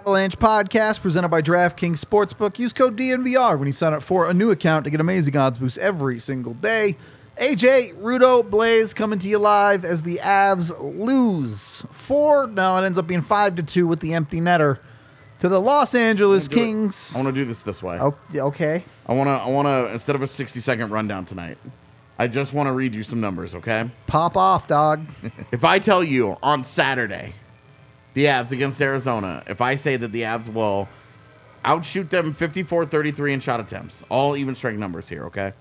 Avalanche podcast presented by DraftKings Sportsbook. Use code DNVR when you sign up for a new account to get amazing odds boosts every single day. AJ, Rudo, Blaze coming to you live as the Avs lose four. No, it ends up being five to two with the empty netter to the Los Angeles do it. Kings. I want to do this this way. Oh, yeah, okay. I want to. I want to instead of a sixty second rundown tonight. I just want to read you some numbers, okay? Pop off, dog. If I tell you on Saturday, the Avs against Arizona, if I say that the Avs will outshoot them 54 33 in shot attempts, all even strength numbers here, okay?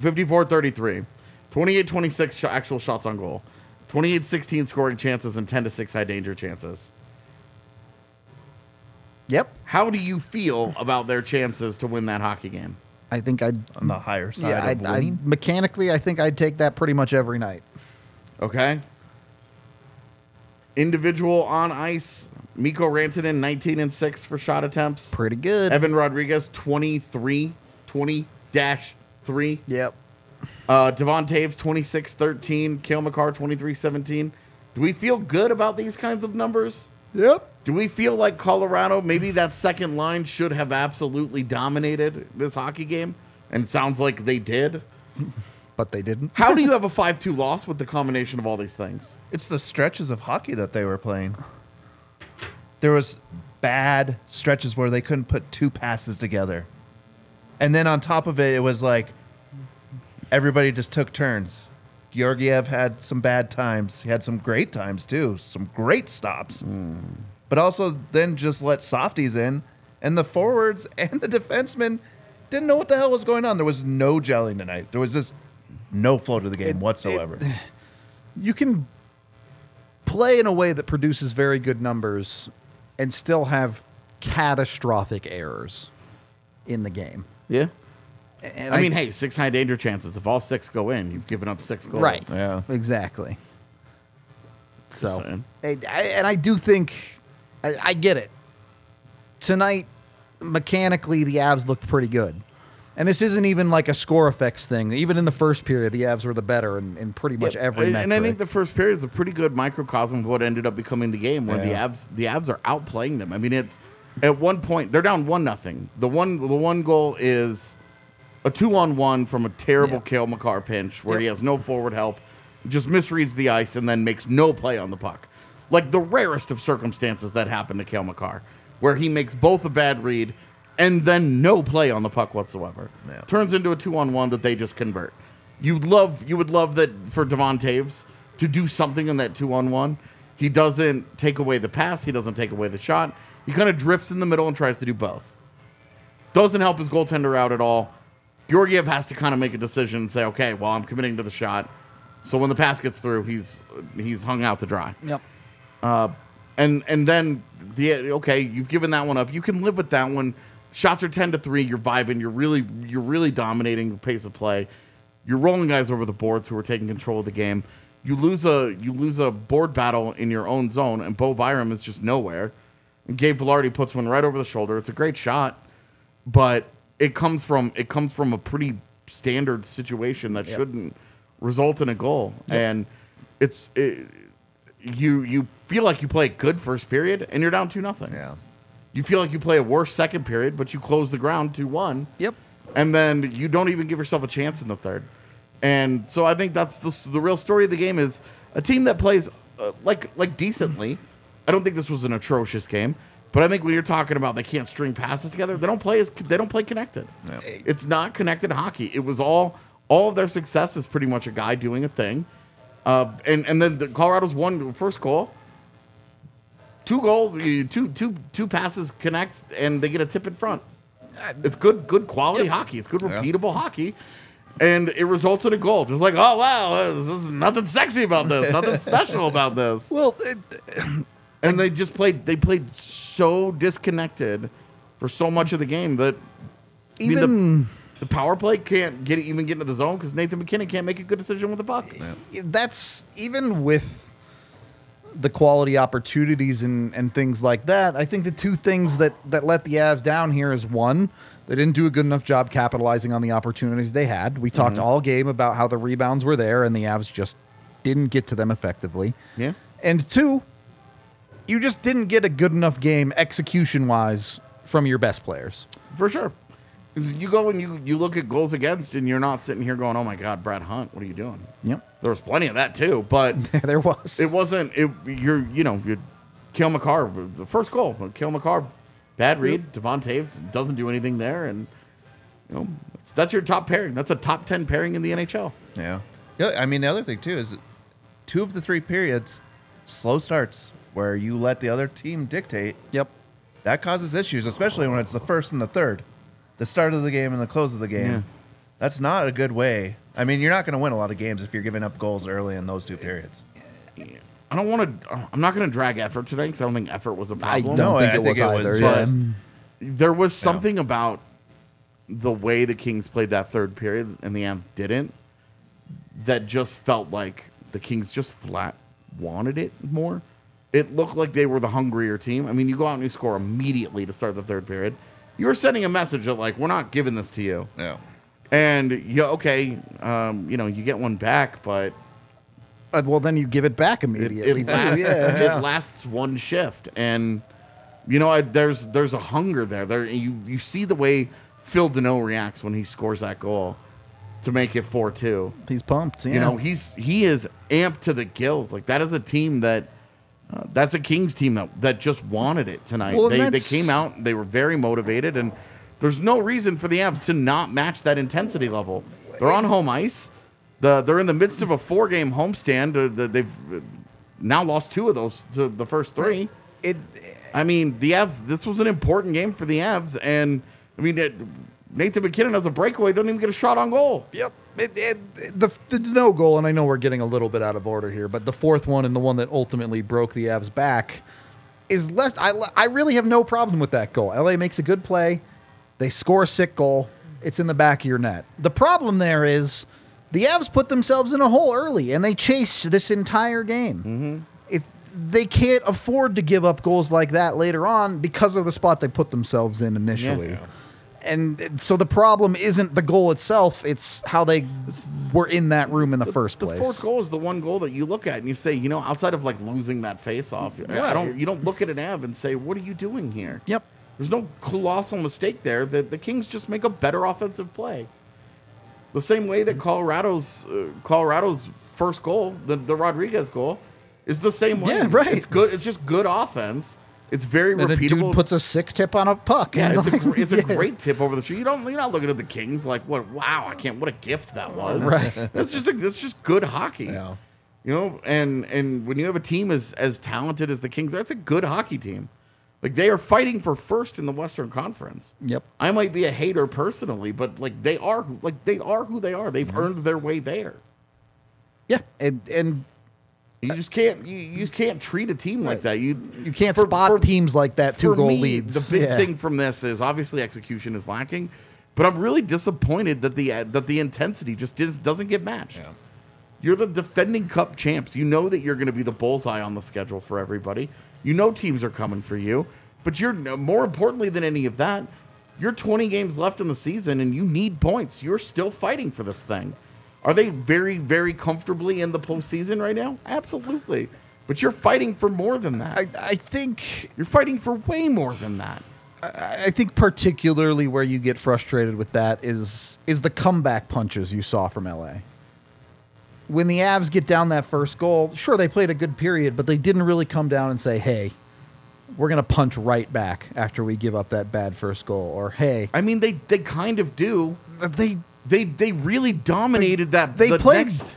54 33, 28 26 actual shots on goal, 28 16 scoring chances, and 10 to 6 high danger chances. Yep. How do you feel about their chances to win that hockey game? I think I'd. on the higher side Yeah, of I'd, winning. I'd, mechanically, I think I'd take that pretty much every night. Okay. Individual on ice, Miko Rantanen, 19 and 6 for shot attempts. Pretty good. Evan Rodriguez, 23, 20 dash 3. Yep. Uh, Devon Taves, 26 13. Kale McCarr, 23 17. Do we feel good about these kinds of numbers? Yep. Do we feel like Colorado, maybe that second line should have absolutely dominated this hockey game? And it sounds like they did. But they didn't. How do you have a 5 2 loss with the combination of all these things? It's the stretches of hockey that they were playing. There was bad stretches where they couldn't put two passes together. And then on top of it, it was like everybody just took turns. Georgiev had some bad times. He had some great times too, some great stops. But also then just let softies in, and the forwards and the defensemen didn't know what the hell was going on. There was no gelling tonight. There was just no flow to the game whatsoever. you can play in a way that produces very good numbers and still have catastrophic errors in the game. Yeah. And I, mean, hey, six high danger chances. If all six go in, you've given up six goals. right. Yeah. Exactly. So, saying. and I, and I do think I, I get it. Tonight, mechanically, the Avs looked pretty good. And this isn't even like a score effects thing. Even in the first period, the Avs were the better in, in pretty much every and, and I metric. think the first period is a pretty good microcosm of what ended up becoming the game where Yeah. the Avs the Avs are outplaying them. I mean, it's at one point they're down one nothing. The one the one goal is a two on one from a terrible Kale McCarr pinch where he has no forward help, just misreads the ice and then makes no play on the puck. Like the rarest of circumstances that happened to Kale McCarr, where he makes both a bad read and then no play on the puck whatsoever. Turns into a two on one that they just convert. You love you would love that for Devon Taves to do something in that two on one. He doesn't take away the pass, he doesn't take away the shot. He kind of drifts in the middle and tries to do both doesn't help his goaltender out at all. Georgiev has to kind of make a decision and say, okay, well, I'm committing to the shot. So when the pass gets through, he's he's hung out to dry. yep. And and then the okay, you've given that one up. You can live with that one. Shots are ten to three. You're vibing. You're really you're really dominating the pace of play. You're rolling guys over the boards who are taking control of the game. You lose a you lose a board battle in your own zone, and Bo Byram is just nowhere. And Gabe Velarde puts one right over the shoulder. It's a great shot, but it comes from it comes from a pretty standard situation that shouldn't result in a goal. And it's it, you you feel like you play a good first period and you're down two nothing. Yeah. You feel like you play a worse second period, but you close the ground two one. Yep. And then you don't even give yourself a chance in the third. And so I think that's the s- the real story of the game is a team that plays uh, like like decently. I don't think this was an atrocious game, but I think when you're talking about they can't string passes together, they don't play as they don't play connected. It's not connected hockey. It was all all of their success is pretty much a guy doing a thing. Uh, and and then the Colorado's one first goal two goals, you- two two two passes connect, and they get a tip in front. It's good good quality hockey. It's good repeatable hockey, and it results in a goal. Just like oh wow, there's nothing sexy about this, nothing special about this. Well, it, and they just played. They played so disconnected for so much of the game that I mean, the- Even the, power play can't get even get into the zone because Nathan McKinnon can't make a good decision with the puck. that's even with the quality opportunities and, and things like that. I think the two things that that let the Avs down here is one, they didn't do a good enough job capitalizing on the opportunities they had. We Mm-hmm. talked all game about how the rebounds were there and the Avs just didn't get to them effectively. Yeah. And two, you just didn't get a good enough game execution wise from your best players. For sure. 'Cause You go and you, you look at goals against, and you're not sitting here going, "Oh my God, Brad Hunt, what are you doing?" Yep. There was plenty of that too, but there was. it wasn't. It you're you know you, Kale McCarr, the first goal, Kale McCarr, bad read. Devon Taves doesn't do anything there, and you know that's, that's your top pairing. That's a top ten pairing in the NHL. Yeah. Yeah. I mean, the other thing too is two of the three periods, slow starts where you let the other team dictate. Yep. That causes issues, especially when it's the first and the third, the start of the game and the close of the game. Yeah. That's not a good way. I mean, you're not going to win a lot of games if you're giving up goals early in those two periods. I don't want to. I'm not going to drag effort today because I don't think effort was a I problem. don't No, think I it think was it was either. just- yeah. There was something about the way the Kings played that third period and the Avs didn't that just felt like the Kings just flat wanted it more. It looked like they were the hungrier team. I mean, you go out and you score immediately to start the third period. You're sending a message that like we're not giving this to you. Yeah. And yeah, okay, um, you know, you get one back, but Uh, well, then you give it back it, immediately. it, too. lasts, yeah. it lasts one shift and you know I, there's there's a hunger there there you you see the way Phil Deneau reacts when he scores that goal to make it 4-2 He's pumped. Yeah. you know he's he is amped to the gills like that is a team that uh, that's a Kings team that, that just wanted it tonight. Well, and they, they that's- came out, they were very motivated, and there's no reason for the Avs to not match that intensity level. They're on home ice. The, they're in the midst of a four game homestand. Uh, the- They've uh, now lost two of those to the first three. it, I mean, the Avs, this was an important game for the Avs, and I mean, it, Nathan McKinnon has a breakaway, doesn't even get a shot on goal. yep. It, it, the, the no goal, and I know we're getting a little bit out of order here, but the fourth one and the one that ultimately broke the Avs back is less. I, I really have no problem with that goal. LA makes a good play. They score a sick goal. It's in the back of your net. The problem there is the Avs put themselves in a hole early, and they chased this entire game. Mm-hmm. If they can't afford to give up goals like that later on because of the spot they put themselves in initially. Yeah. And it- so the problem isn't the goal itself; it's how they were in that room in the, first The place. fourth goal is the one goal that you look at and you say, you know, outside of like losing that face off, I Right. don't. You don't look at an ab and say, what are you doing here? Yep. There's no colossal mistake there. The the Kings just make a better offensive play. The same way that Colorado's uh, Colorado's first goal, the, the Rodriguez goal, is the same way. Yeah, right. It's good. It's just good offense. It's very And a repeatable. dude puts a sick tip on a puck. yeah, and it's, a, like- gr- it's a yeah. great tip over the shoe. You don't. You're not looking at the Kings like, what? Wow, I can't. What a gift that was. Right. That's just. A, that's just good hockey. You know, and and when you have a team as as talented as the Kings, that's a good hockey team. Like they are fighting for first in the Western Conference. Yep. I might be a hater personally, but like they are who- like they are who they are. They've earned their way there. Yeah, and and You just can't you, you just can't treat a team like that. You you can't for- spot for- teams like that two for goal me, leads. The big Yeah. thing from this is obviously execution is lacking, but I'm really disappointed that the that the intensity just dis- doesn't get matched. You're the defending cup champs. You know that you're going to be the bullseye on the schedule for everybody. You know teams are coming for you, but you're more importantly than any of that, you're 20 games left in the season and you need points. You're still fighting for this thing. Are they very, very comfortably in the postseason right now? Absolutely. But you're fighting for more than that. I, I think You're fighting for way more than that. I think particularly where you get frustrated with that is is the comeback punches you saw from LA. When the Avs get down that first goal, sure they played a good period, but they didn't really come down and say, "Hey, we're going to punch right back after we give up that bad first goal," or "Hey, I mean, they they kind of do. they They they really dominated that. They the played- next-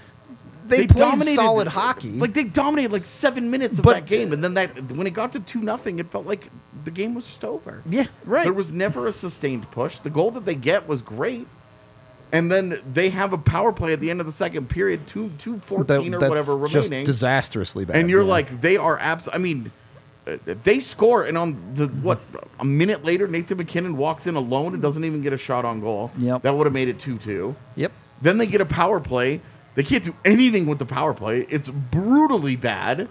they, played solid hockey." Like they dominated like seven minutes of But- that game, and then that when it got to two nothing, it felt like the game was just over. yeah, right. There was never a sustained push. The goal that they get was great. And then they have a power play at the end of the second period, two two That- fourteen or that's whatever remaining. just disastrously bad. and you're yeah. like, they are abs. I mean, uh, they score, and on the what a minute later, Nathan McKinnon walks in alone and doesn't even get a shot on goal. Yep. that would have made it two two. Yep. Then they get a power play. They can't do anything with the power play. It's brutally bad.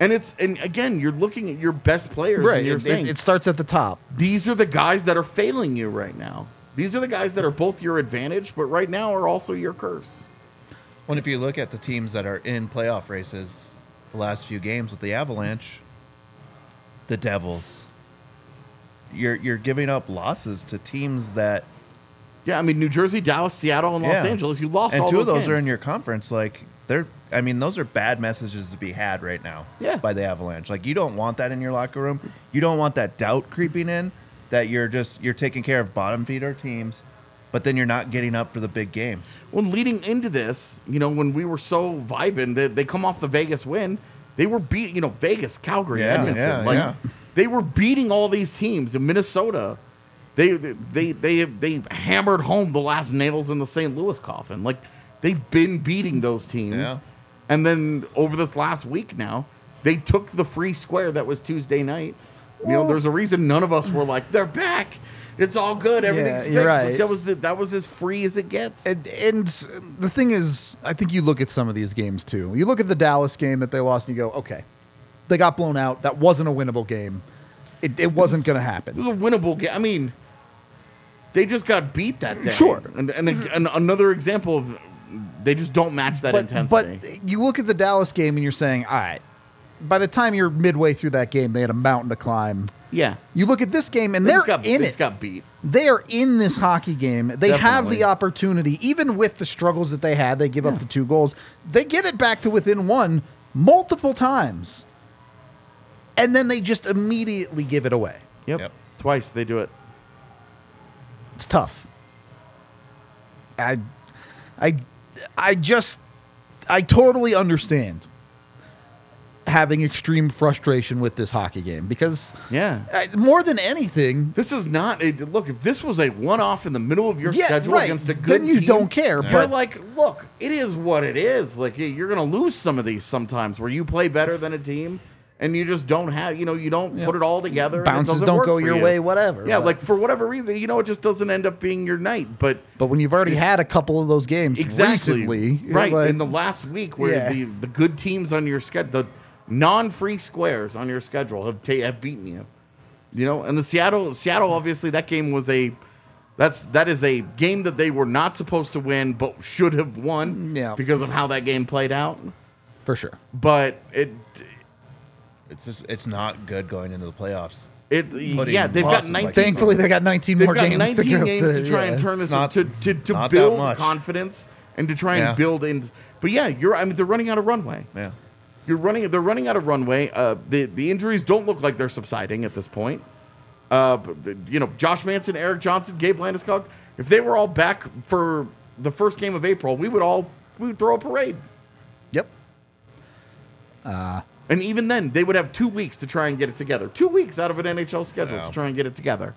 And it's and again, you're looking at your best players. Right. And you're It, saying it, it starts at the top. these are the guys that are failing you right now. These are the guys that are both your advantage, but right now are also your curse. Well, if you look at the teams that are in playoff races, the last few games with the Avalanche, the Devils, you're you're giving up losses to teams that Yeah, I mean New Jersey, Dallas, Seattle, and Los Yeah. Angeles. You lost and all two of those are games. in your conference. Like they're, I mean, those are bad messages to be had right now. Yeah. by the Avalanche. Like you don't want that in your locker room. You don't want that doubt creeping in that you're just you're taking care of bottom feeder teams, but then you're not getting up for the big games. Well, leading into this, you know, when we were so vibing, they, they come off the Vegas win. They were beating, you know, Vegas, Calgary, Yeah, Edmonton. yeah, like, yeah. They were beating all these teams in Minnesota. They they they they hammered home the last nails in the St. Louis coffin. Like they've been beating those teams, Yeah. and then over this last week now, they took the free square that was Tuesday night. You know, there's a reason none of us were like, they're back. It's all good. Everything's you're fixed. Like, right. that was the, that was as free as it gets. And, and the thing is, I think you look at some of these games too. You look at the Dallas game that they lost, and you go, okay, they got blown out. That wasn't a winnable game. It, it wasn't going to happen. It was a winnable game. I mean, they just got beat that day. Sure. And, and, and another example of they just don't match that but, intensity. but you look at the Dallas game and you're saying, all right, by the time you're midway through that game, they had a mountain to climb. yeah. You look at this game and They they're just got, in they it. just got beat. they are in this hockey game. They have Definitely. the opportunity, even with the struggles that they had. They give up the two goals. They get it back to within one multiple times, and then they just immediately give it away. Yep. Yep. Twice they do it. It's tough. I, I, I just, I totally understand having extreme frustration with this hockey game because, Yeah. I, more than anything, This is not a look. If this was a one-off in the middle of your Yeah, schedule right. against a Then good, you team, don't care, You're but- like, look, it is what it is. Like y- you're gonna lose some of these sometimes, where you play better than a team, and you just don't have, you know, you don't put it all together. and it Bounces doesn't don't work go for your you. way, whatever, Yeah, but- like for whatever reason, you know, it just doesn't end up being your night. But but when you've already had a couple of those games exactly recently, you're right like- in the last week where Yeah. the the good teams on your schedule the non-free squares on your schedule have ta- have beaten you you know and the seattle seattle obviously that game was a that's that is a game that they were not supposed to win but should have won Mm, Yeah. because of how that game played out for sure. but it It's just it's not good going into the playoffs. it yeah they've got losses 19 like this Thankfully, they got 19 They've more got games, 19 to go games through, to try yeah. and turn this It's not- to to, to not that build much. confidence and to try and Yeah. build in. But yeah, you're. I mean, they're running out of runway. Yeah. You're running. They're running out of runway. Uh, the the injuries don't look like they're subsiding at this point. Uh, but, but, you know, Josh Manson, Eric Johnson, Gabe Landeskog. If they were all back for the first game of April, we would all we would throw a parade. Yep. And even then, they would have two weeks to try and get it together. Two weeks out of an NHL schedule Wow. to try and get it together.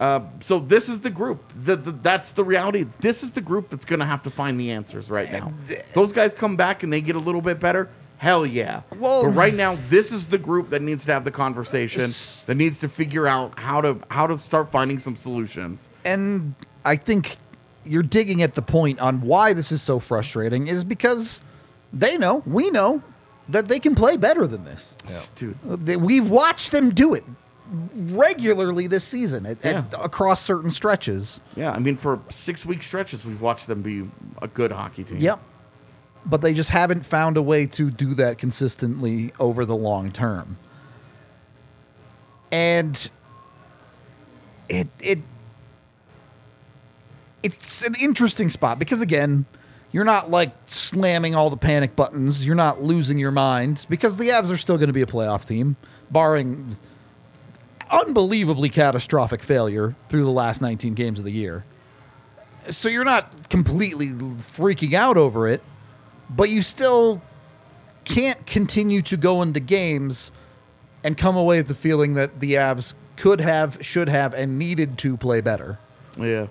Uh, so this is the group. The, the, that's the reality. This is the group that's going to have to find the answers right now. Those guys come back and they get a little bit better. Hell yeah. Well- but right now, this is the group that needs to have the conversation. That needs to figure out how to how to start finding some solutions. And I think you're digging at the point on why this is so frustrating is because they know, we know, that they can play better than this. Dude, They- We've watched them do it regularly this season at, at- Yeah. across certain stretches. yeah. I mean, for six week stretches, we've watched them be a good hockey team. Yep. But they just haven't found a way to do that consistently over the long term. And it it it's an interesting spot because again, you're not like slamming all the panic buttons. You're not losing your mind because the Avs are still going to be a playoff team, barring unbelievably catastrophic failure through the last 19 games of the year so you're not completely freaking out over it, but you still can't continue to go into games and come away with the feeling that the Avs could have, should have, and needed to play better. Yeah.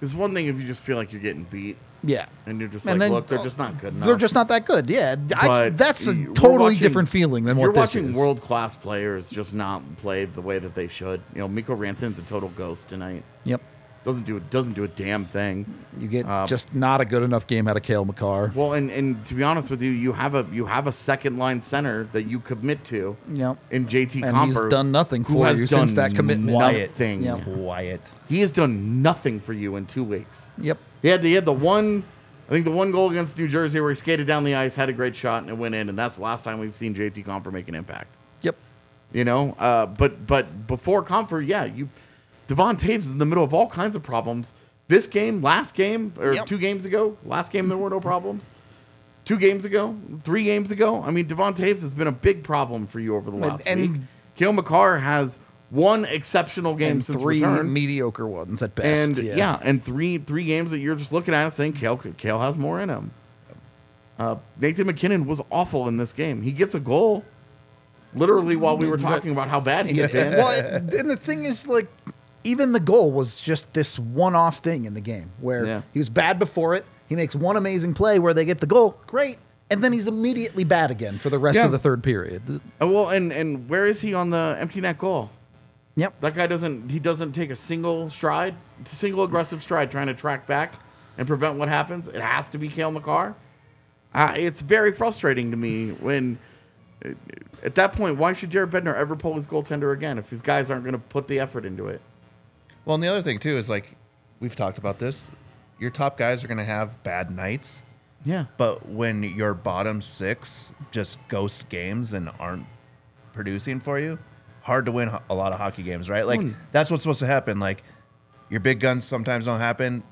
It's one thing if you just feel like you're getting beat. Yeah. and you're just And like, then- look, they're just not good enough. They're just not that good. Yeah. I, But that's a you- we're totally watching- different feeling than what you're this watching is. world class players just not play the way that they should. You know, Miko Rantanen's a total ghost tonight. Yep. Doesn't do doesn't do a damn thing. You get Um, just not a good enough game out of Kale McCarr. Well, and, and to be honest with you, you have a you have a second line center that you commit to. Yep. In JT And he's Comper, done nothing who for has you since done that commitment. Quiet. Nothing. Yep. Quiet. He has done nothing for you in two weeks. Yep. He had, he had the one, I think the one goal against New Jersey where he skated down the ice, had a great shot, and it went in. And that's the last time we've seen JT Comper make an impact. Yep. You know, uh, but but before Comfer, yeah, you Devon Taves is in the middle of all kinds of problems. This game, last game, or Yep. two games ago, last game there were no problems. Two games ago, three games ago. I mean, Devon Taves has been a big problem for you over the last and- week. Kale McCarr has one exceptional game And since three return mediocre ones at best. and yeah. and three three games that you're just looking at and saying Kale could- Kale has more in him. Uh, Nathan McKinnon was awful in this game. He gets a goal, literally while we were talking about how bad he had been. well, it- and the thing is, like, even the goal was just this one-off thing in the game where Yeah. he was bad before it. He makes one amazing play where they get the goal, great, and then he's immediately bad again for the rest Yeah. of the third period. Uh, well, and and where is he on the empty net goal? Yep. That guy doesn't he doesn't take a single stride, single aggressive stride trying to track back and prevent what happens. It has to be Kale McCarr. Uh, it's very frustrating to me when at that point, why should Jared Bednar ever pull his goaltender again if his guys aren't going to put the effort into it? Well, and the other thing too is like we've talked about this. Your top guys are going to have bad nights, Yeah. but when your bottom six just ghost games and aren't producing for you, hard to win ho- a lot of hockey games, right? Like Mm. that's what's supposed to happen. Like your big guns sometimes don't happen.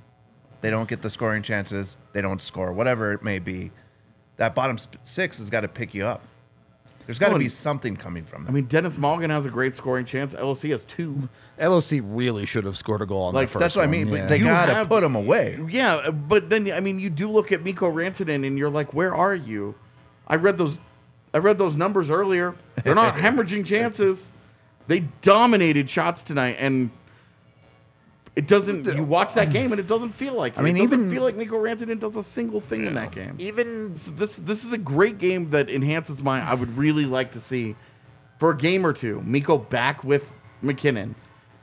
They don't get the scoring chances. They don't score, whatever it may be. That bottom sp- six has got to pick you up. There's got to Well, be and- something coming from I them. mean, Dennis Morgan has a great scoring chance. LOC has two. LOC really should have scored a goal on Like, the first That's what I mean. one, yeah. But they You got to have- put them away. Yeah, uh, but then I mean, you do look at Miko Rantanen, and you're like, where are you? I read those, I read those numbers earlier. They're not hemorrhaging chances. They dominated shots tonight, and it doesn't. You watch that game, and it doesn't feel like. It. I mean, it doesn't even- feel like Miko Rantanen does a single thing in that game. even So this this is a great game that enhances my. I would really like to see for a game or two. Miko back with McKinnon,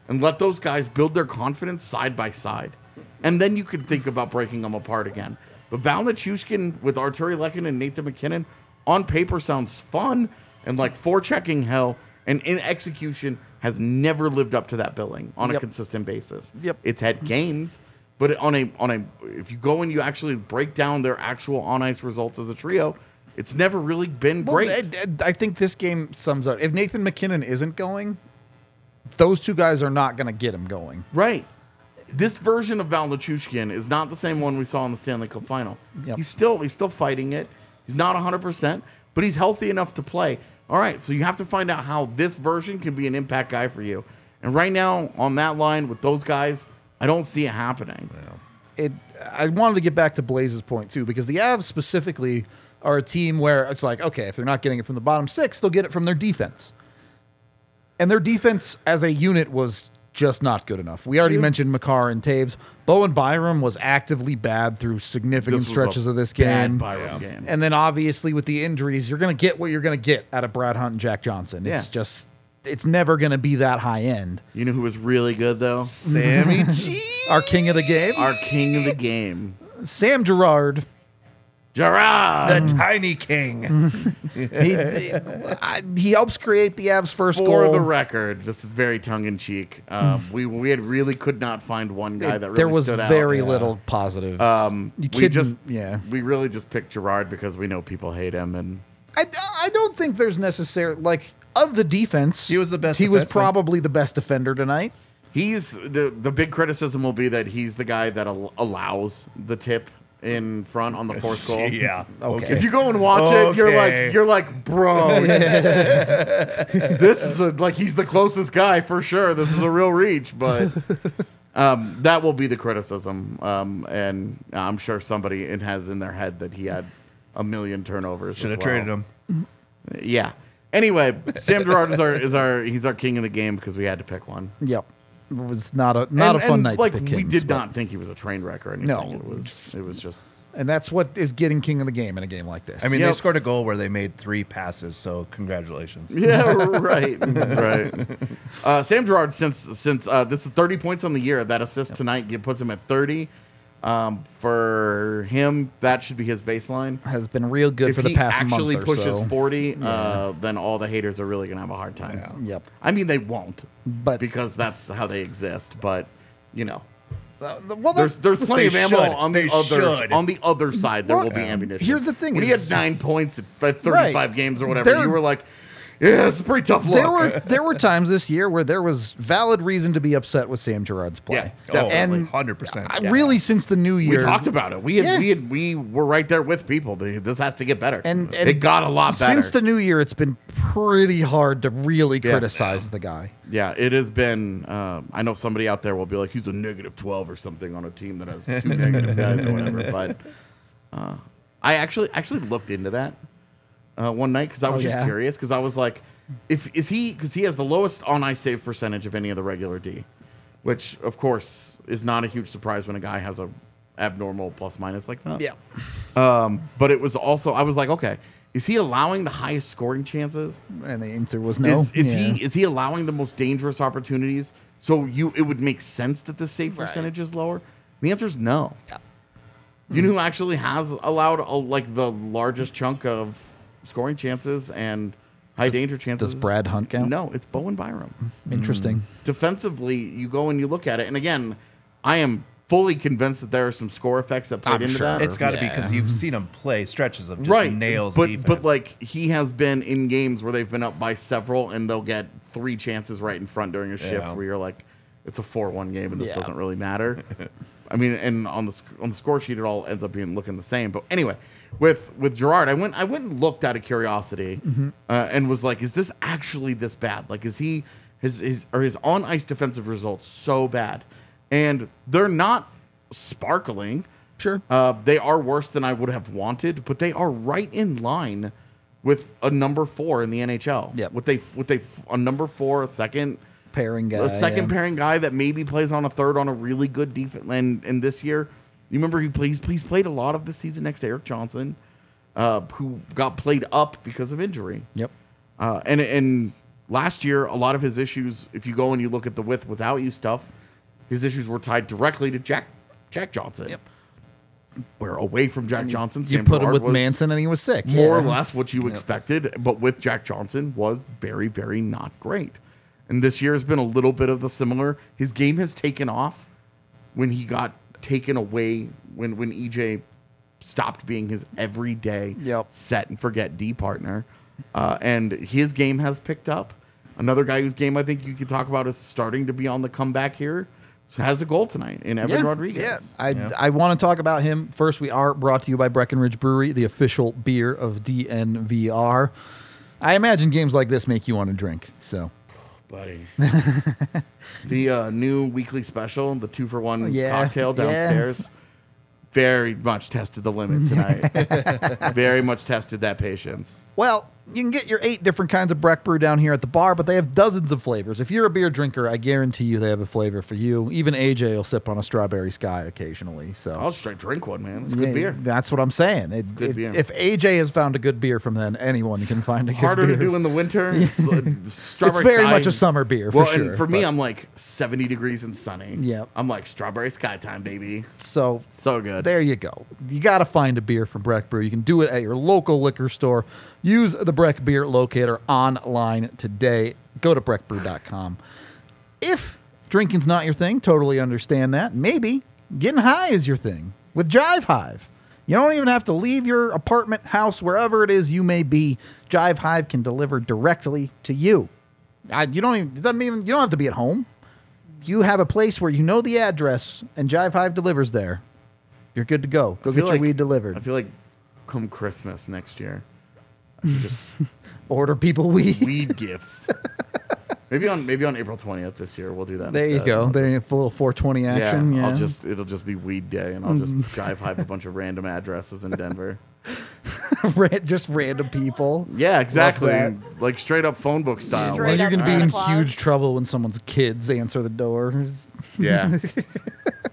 and let those guys build their confidence side by side, and then you could think about breaking them apart again. But Val Nichushkin with Arturi Lekin and Nathan McKinnon on paper sounds fun and like forechecking hell, and in execution has never lived up to that billing on a Yep. consistent basis. Yep. It's had games, but on a on a if you go and you actually break down their actual on ice results as a trio, it's never really been Well, great. I, I think this game sums up. If Nathan McKinnon isn't going, those two guys are not going to get him going. right. This version of Val Nichushkin is not the same one we saw in the Stanley Cup final. Yep. He's still he's still fighting it. He's not 100%, but he's healthy enough to play. All right, so you have to find out how this version can be an impact guy for you. And right now on that line with those guys, I don't see it happening. it I wanted to get back to Blaze's point too because the Avs specifically are a team where it's like okay if they're not getting it from the bottom 6 they'll get it from their defense. And their defense as a unit was just not good enough. We already mentioned McCarr and Taves. Bowen Byram was actively bad through significant This was a stretches of this bad game. Byram Yeah. game. And then obviously with the injuries, you're going to get what you're going to get out of Brad Hunt and Jack Johnson. It's Yeah. just it's never going to be that high end. You know who was really good though? Sammy G. Our king of the game, Our king of the game. Sam Gerard. Gerard. The Tiny King. he, I, he helps create the Avs' first for goal. the record, this is very tongue in cheek. Um, we we had really could not find one guy that really Mm. there was stood out. very Yeah. little positive. Um, you we kidding? just yeah. we really just picked Gerard because we know people hate him and I, I don't think there's necessary like of the defense. He was the best He was defenseman. probably the best defender tonight. he's the the big criticism will be that he's the guy that al- allows the tip in front on the fourth goal. yeah. Okay. If you go and watch it, you're Okay. like you're like, bro, this is a, like he's the closest guy for sure. This is a real reach, but um, that will be the criticism. Um, and I'm sure somebody it has in their head that he had a million turnovers. Should as have well. traded him. Yeah. Anyway, Sam Gerard is our is our he's our king of the game because we had to pick one. Yep. It was not a not And- a fun and, night. Like to pick we Kings, did but- not think he was a train wreck or anything. No. it was. It was just. and that's what is getting king of the game in a game like this. I mean, they Yep. scored a goal where they made three passes, so congratulations. Yeah, right, right. Uh, Sam Gerard, since since uh, this is thirty points on the year, that assist tonight get, puts him at thirty. Um, for him, that should be his baseline. has been real good if for the he past actually month or pushes so. forty, uh, then all the haters are really gonna have a hard time. Yep. I mean, they won't, But- because that's how they exist. But you know, Uh, well, there's that- there's plenty of They ammo should. on the They other should. on the other side. There Well, will be yeah. ammunition. here's the thing When he is- had nine points at f- 35 Right. games or whatever, There- you were like, "Yeah, it's a pretty tough look." there were there were times this year where there was valid reason to be upset with Sam Gerard's play. Yeah, Oh, definitely. and hundred percent. I- really since the new we year, talked about it. We had, Yeah. we had we were right there with people. The- This has to get better, And- it and got a lot better Since the new year, it's been pretty hard to really Yeah. criticize the guy. Yeah, it has been. Um, I know somebody out there will be like, he's a negative 12 or something on a team that has two negative guys or whatever. But uh, I actually actually looked into that uh, one night because I was just yeah? curious because I was like, if is he because he has the lowest on ice save percentage of any of the regular D, which of course is not a huge surprise when a guy has a abnormal plus minus like that. Um, but it was also I was like, okay, is he allowing the highest scoring chances? and the answer was no. Is, is Yeah. he is he allowing the most dangerous opportunities? So you it would make sense that the save percentage is lower. The answer is no. You know who actually has allowed a, like the largest chunk of scoring chances and high danger chances? does Brad Hunt count? No, it's Bowen Byram Interesting. Mm. defensively, you go and you look at it, and again, I am fully convinced that there are some score effects that played I'm into sure. that. it's got to be because Yeah. you've seen him play stretches of just nails. But defense. but like he has been in games where they've been up by several, and they'll get three chances right in front during a shift Yeah. where you're like, it's a four-one game, and this Yeah. doesn't really matter. I mean, and on the sc- on the score sheet, it all ends up being looking the same. But anyway, with with Gerard, I went I went and looked out of curiosity, Mm-hmm. uh, and was like, is this actually this bad? Like, is he his his are his on ice defensive results so bad? And they're not sparkling. Sure. Uh, they are worse than I would have wanted, but they are right in line with a number four in the NHL. Yep. With they with they a number four, a second Pairing guy. a second yeah. pairing guy that maybe plays on a third on a really good defense. And and this year, you remember he plays he's played a lot of this season next to Eric Johnson, uh, who got played up because of injury. Yep. Uh, and and last year, a lot of his issues, if you go and you look at the with without you stuff, his issues were tied directly to Jack Jack Johnson. Yep. Where away from Jack Johnson, You Sam put him Gerrard with was Manson and he was sick. more or yeah. less what you expected, but with Jack Johnson was very very not great. And this year has been a little bit of the similar. His game has taken off when he got taken away when when EJ stopped being his everyday Yep. set and forget D partner, uh, and his game has picked up. Another guy whose game I think you could talk about is starting to be on the comeback here. So has a goal tonight in Evan Rodriguez. Yeah. I, I want to talk about him. First, we are brought to you by Breckenridge Brewery, the official beer of DNVR. I imagine games like this make you want to drink. So, buddy. the uh, new weekly special, the two for one Oh, Yeah, cocktail yeah. downstairs, very much tested the limit tonight. very much tested that patience. well, you can get your eight different kinds of Breck Brew down here at the bar, but they have dozens of flavors. If you're a beer drinker, I guarantee you they have a flavor for you. Even AJ will sip on a strawberry sky occasionally. So I'll straight drink one, man. Oh, It's a good Yeah, beer. That's what I'm saying. It, good if, beer. if AJ has found a good beer from then, anyone can find a good Harder beer. to do in the winter. It's, uh, it's strawberry very sky. much a summer beer, for well, sure, and for me, but- I'm like 70 degrees and sunny. Yep. I'm like strawberry sky time, baby. so So good. there you go. You got to find a beer from Breck Brew. You can do it at your local liquor store. Use the Breck Beer Locator online today. Go to breckbrew.com. If drinking's not your thing, totally understand that. Maybe getting high is your thing with Jive Hive. You don't even have to leave your apartment, house, wherever it is you may be. Jive Hive can deliver directly to you. I, you don't even, it doesn't even you don't have to be at home. You have a place where you know the address and Jive Hive delivers there. You're good to go. Go I get feel your like- weed I delivered. feel like come Christmas next year, I could just Order people weed. weed gifts. Maybe on maybe on April twentieth this year we'll do that. There you instead. go. I'll There you just- have a little 420 action. Yeah. Mm-hmm. I'll just it'll just be weed day, and I'll just drive hype a bunch of random addresses in Denver. Ra- just random people. Yeah, exactly. that. Like straight up phone book style. Well, Straight you're up gonna be Santa in Claus. huge trouble when someone's kids answer the door. Yeah.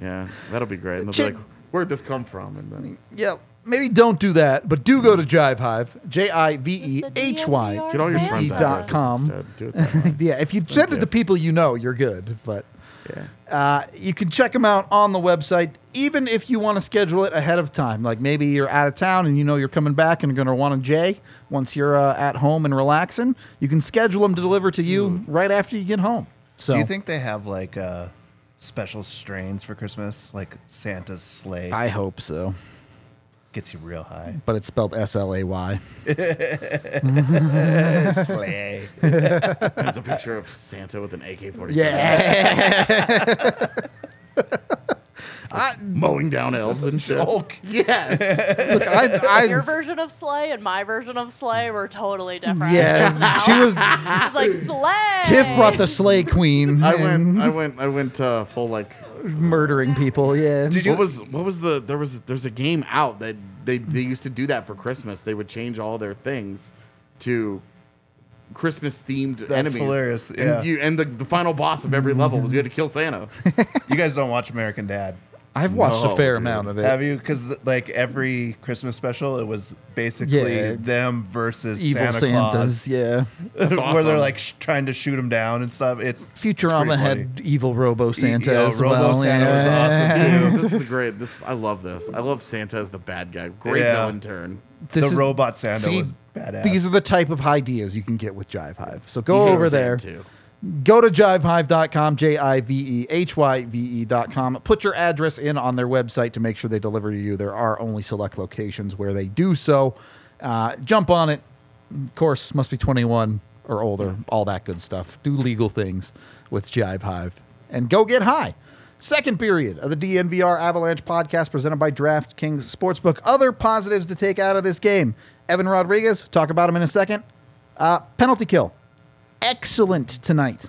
yeah, that'll be great. And they'll Chick- be like, where'd this come from? And then Yep. Maybe don't do that, but do go to Jive Hive, J I V E H Y. get all your Santa. friends Dot addresses com. instead. Do it that way. Yeah, if you send it to Yes. people you know, you're good. But Yeah. uh, you can check them out on the website, even if you want to schedule it ahead of time. Like maybe you're out of town and you know you're coming back and going to want a J once you're uh, at home and relaxing. You can schedule them to deliver to you right after you get home. So Do you think they have like uh, special strains for Christmas? Like Santa's sleigh I hope so, gets you real high. but it's spelled S L A Y. sleigh. There's a picture of Santa with an AK 47 Yeah. mowing down elves and shit. Oh, yes. Look, I, I, Your version of sleigh and my version of sleigh were totally different. yeah, she was. It's like sleigh. Tiff brought the sleigh queen. I and went. I went. I went uh, full like. murdering people. Yeah. Did you? What was what was the there was there's a game out that they they used to do that for Christmas. They would change all their things to Christmas themed enemies. hilarious, And yeah. you and the, the final boss of every level was you had to kill Santa. you guys don't watch American Dad, I've watched No, a fair dude. amount of it. have you? Because like every Christmas special, it was basically Yeah. them versus Evil Santa Santas. Claus, Yeah. where they're awesome. like sh- trying to shoot him down and stuff. It's Futurama pretty E- had evil Robo Santa Yo, as well. Robo-Santa was yeah. awesome, too. Dude, this is great. This I love this. I love Santa as the bad guy. Great Yeah. villain turn. This the is- robot Santa see, was badass. These are the type of ideas you can get with Jive Hive. So go He hates over Santa, there. too. Go to jivehive.com, J I V E H Y V E.com. Put your address in on their website to make sure they deliver to you. There are only select locations where they do so. Uh, jump on it. Of course, must be 21 or older, all that good stuff. Do legal things with Jive Hive and go get high. Second period of the DNVR Avalanche podcast presented by DraftKings Sportsbook. Other positives to take out of this game. Evan Rodriguez, talk about him in a second. Uh, penalty kill excellent tonight.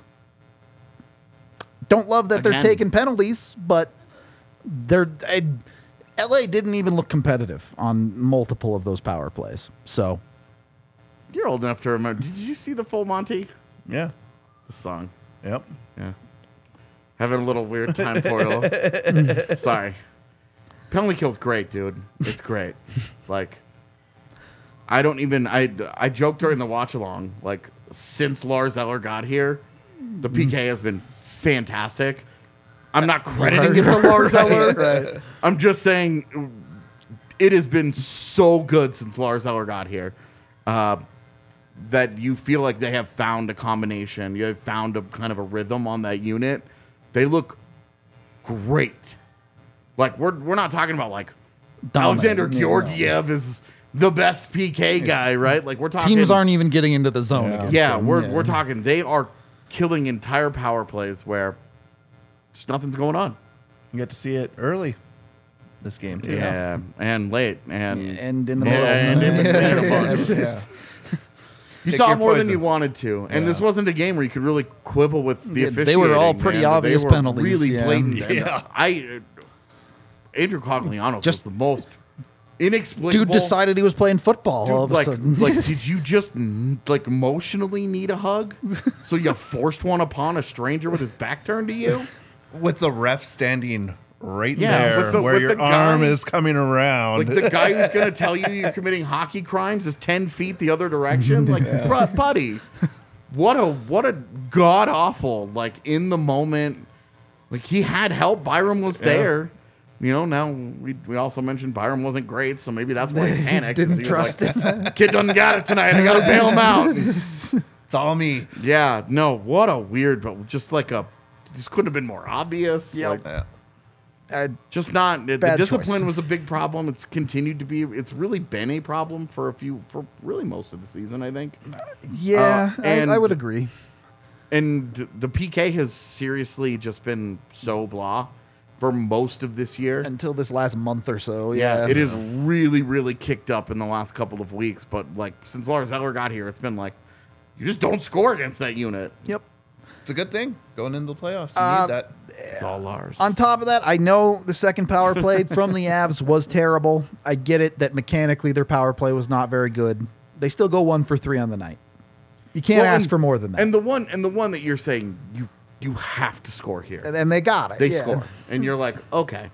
Don't love that they're Again. taking penalties, but they're I, LA didn't even look competitive on multiple of those power plays. So You're old enough to remember. Did you see the full Monty? yeah, The song. yep. Yeah. Having a little weird time portal. Sorry. Penalty kill's great, dude. It's great. like I don't even I I joked during the watch along, like since Lars Eller got here, the PK has been fantastic. I'm not crediting it to Lars Eller. I'm just saying it has been so good since Lars Eller got here. Uh, that you feel like they have found a combination. You have found a kind of a rhythm on that unit. They look great. Like we're we're not talking about like Alexander Dominating, Georgiev is the best PK guy, right? Like we're talking teams aren't even getting into the zone. Yeah. against Yeah, them. we're we're talking they are killing entire power plays where just nothing's going on. You got to see it early. This game too. Yeah, and late and and in the middle. and in between a bunch. Yeah. You Pick saw your more than poison. you wanted to, and this Yeah. wasn't a game where you could really quibble with the Yeah, officiating. they were all pretty man, but obvious they were penalties, Really yeah. blatant. Yeah. And I, Andrew Cogliano Just- just was the most inexplicable. Dude decided he was playing football Dude, all of like, a sudden. like, did you just n- like emotionally need a hug? So you forced one upon a stranger with his back turned to you? with the ref standing right Yeah, there, with the- where with your the arm guy- is coming around. Like the guy who's gonna tell you you're committing hockey crimes is ten feet the other direction. Like, bruh, buddy, what a what a god awful like in the moment. Like he had help. Byram was there. You know. Now we we also mentioned Byram wasn't great, so maybe that's why he panicked. 'cause Didn't he was trust like, Kid doesn't got it tonight. I gotta bail him out. it's all me. yeah. No. What a weird, but just like a just couldn't have been more obvious. Yep. Like, Uh, just not the Bad discipline choice. was a big problem. It's continued to be. It's really been a problem for a few for really most of the season, I think. yeah, Uh, I, I and- would agree. And the PK has seriously just been so blah for most of this year. Until this last month or so. Yeah. yeah, it is really really kicked up in the last couple of weeks. But like since Lars Eller got here, it's been like you just don't score against that unit. Yep. It's a good thing going into the playoffs. You Uh, need that. It's all ours. On top of that, I know the second power play from the Avs was terrible. I get it that mechanically their power play was not very good. They still go one for three on the night. You can't Well, ask and- for more than that. And the one and the one that you're saying you you have to score here. And, and they got it. they yeah. score, and you're like, okay.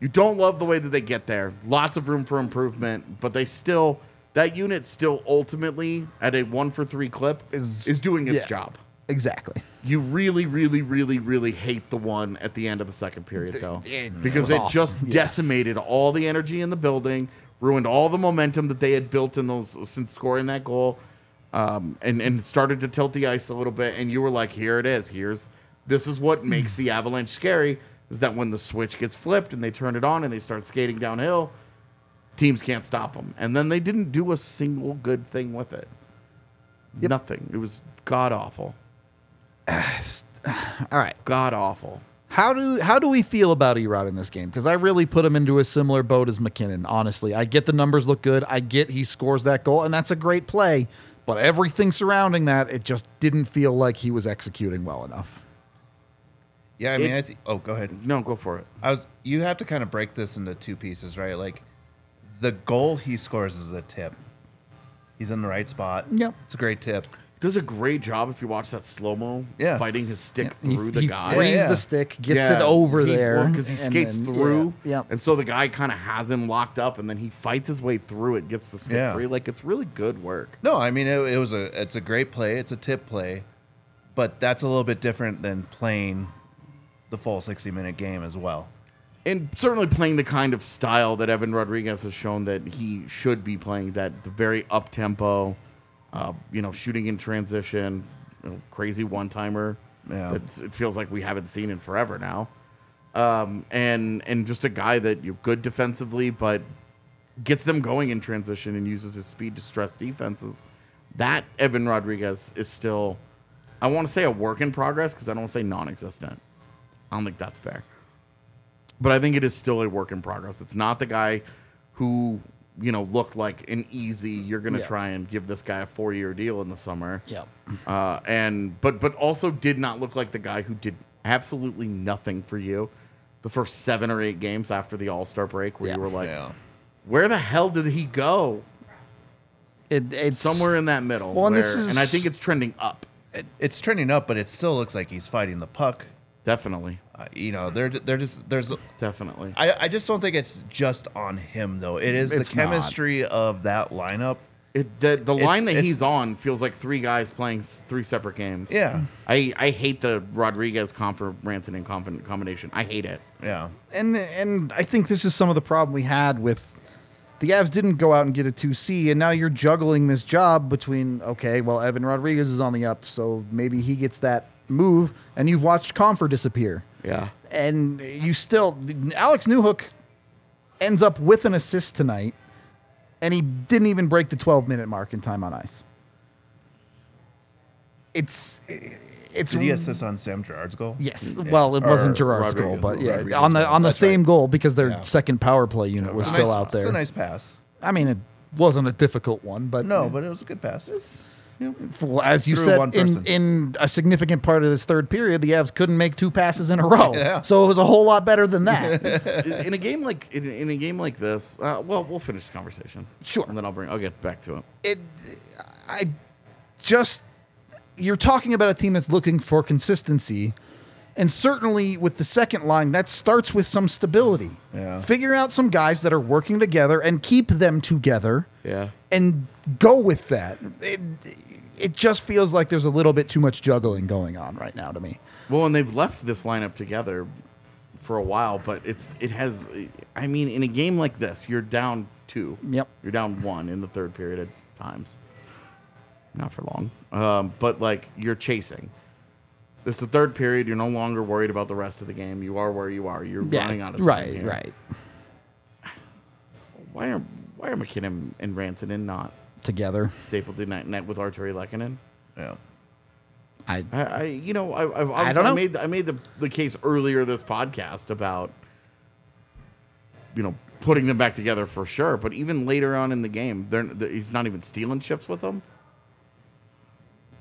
You don't love the way that they get there. Lots of room for improvement, but they still that unit still ultimately at a one for three clip Is- is, doing its yeah. job. Exactly. You really, really, really, really hate the one at the end of the second period, though, because was it, awful. just decimated all the energy in the building, ruined all the momentum that they had built in those since scoring that goal, um, and and started to tilt the ice a little bit. And you were like, "Here it is. Here's this is what makes the Avalanche scary is that when the switch gets flipped and they turn it on and they start skating downhill, teams can't stop them. And then they didn't do a single good thing with it. Nothing. It was god awful. All right. God awful. How do how do we feel about Erod in this game? Because I really put him into a similar boat as McKinnon. Honestly, I get the numbers look good. I get he scores that goal, and that's a great play. But everything surrounding that, it just didn't feel like he was executing well enough. Yeah, I mean, It- I think. Oh, go ahead. No, go for it. I was. You have to kind of break this into two pieces, right? Like, the goal he scores is a tip. He's in the right spot. Yep. it's a great tip. Does a great job if you watch that slow mo Yeah. fighting his stick He, through the he guy. frees Yeah, yeah. the stick, gets it over there because he and skates then- through. Yeah, yep. and so the guy kind of has him locked up, and then he fights his way through it, gets the stick Yeah. free. Like it's really good work. No, I mean it, it was a. It's a great play. It's a tip play, but that's a little bit different than playing the full sixty minute game as well. and certainly playing the kind of style that Evan Rodriguez has shown that he should be playing that the very up tempo, uh, you know, shooting in transition, you know, crazy one timer. Yeah. it feels like we haven't seen in forever now. Um, and and just a guy that you're good defensively, but gets them going in transition and uses his speed to stress defenses. That Evan Rodriguez is still, I want to say a work in progress because I don't want to say non-existent. I don't think that's fair but I think it is still a work in progress. It's not the guy who you know looked like an easy. You're gonna Yeah. try and give this guy a four year deal in the summer. Yep. Uh, and but but also did not look like the guy who did absolutely nothing for you the first seven or eight games after the All Star break, where Yeah. you were like, Yeah. where the hell did he go? It, it's Somewhere in that middle. Well, and this where- is- and I think it's trending up. It's trending up, but it still looks like he's fighting the puck. Definitely, Uh, you know, they're they're just there's. definitely. I, I just don't think it's just on him though. It is It's the not. chemistry of that lineup. It, the the line that it's- he's on feels like three guys playing s- three separate games. Yeah. I, I hate the Rodriguez Comfort Rantanen comp- combination. I hate it. Yeah. and and I think this is some of the problem we had with the Avs didn't go out and get a two C, and now you're juggling this job between okay, well Evan Rodriguez is on the up, so maybe he gets that move, and you've watched Confer disappear, Yeah. and you still Alex Newhook ends up with an assist tonight, and he didn't even break the 12 minute mark in time on ice. It's it's Did he assist on Sam Gerard's goal? Yes. Yeah. Well, it wasn't Or Gerard's Rodriguez, goal, but yeah, Rodriguez's on the goal. on the That's same right. goal because their Yeah. second power play unit was It's a still nice- out there. It's a nice pass. I mean, it wasn't a difficult one, but No, but it was a good pass. f- well, as you through said, one in person. in a significant part of this third period, the Avs couldn't make two passes in a row, Yeah. so it was a whole lot better than that. in a game like in, in a game like this, uh, well, we'll finish the conversation. Sure. And then I'll bring. I'll get back to it. it, I just you're talking about a team that's looking for consistency, and certainly with the second line, that starts with some stability. Yeah. Figure out some guys that are working together and keep them together. Yeah. and go with that. It, it just feels like there's a little bit too much juggling going on right now to me. Well, and they've left this lineup together for a while, but it's it has. I mean, in a game like this, you're down two. Yep. You're down one in the third period at times. Not for long, um, but like you're chasing. It's the third period. You're no longer worried about the rest of the game. You are where you are. You're running out of time right, here. right. Why are why are McKinnon and Rantanen not Together, stapled the night net with Arturi Lekkonen? Yeah. I I, I you know I I've I I don't know. made I made the, the case earlier this podcast about you know putting them back together for sure, but even later on in the game, they're, they he's not even stealing chips with them.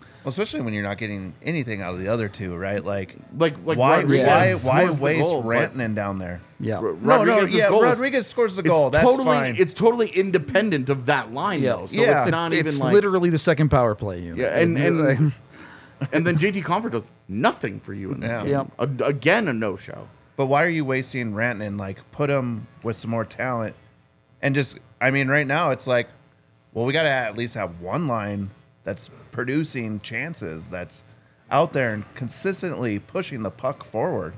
Well, especially when you're not getting anything out of the other two, right? Like, Like- like why, why, Rodriguez why scores the waste goal, but- Rantanen down there? Yeah. Ro- No, no, Rodriguez's yeah, goal is- Rodriguez scores the goal. That's totally, fine. It's totally independent of that line, Yeah. though. So Yeah. it's not it's even like literally the second power play unit. yeah, and and and then JT Comfort does nothing for you in this Yeah. game. A- again, a no show. But why are you wasting Rantanen? Like, put him with some more talent, and just I mean, right now it's like, well, we got to at least have one line that's producing chances, that's out there and consistently pushing the puck forward.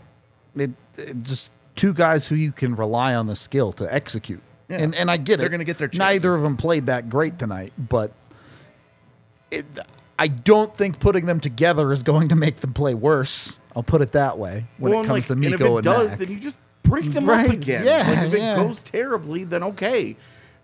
it, it just two guys who you can rely on the skill to execute. Yeah. And and I get it. They're gonna get their Neither chances. of them played that great tonight, but it, I don't think putting them together is going to make them play worse. I'll put it that way when Well, it and, comes like, to and Miko if and, it does, Mac. then you just break them Right, up again. yeah, like if it yeah. goes terribly, then okay.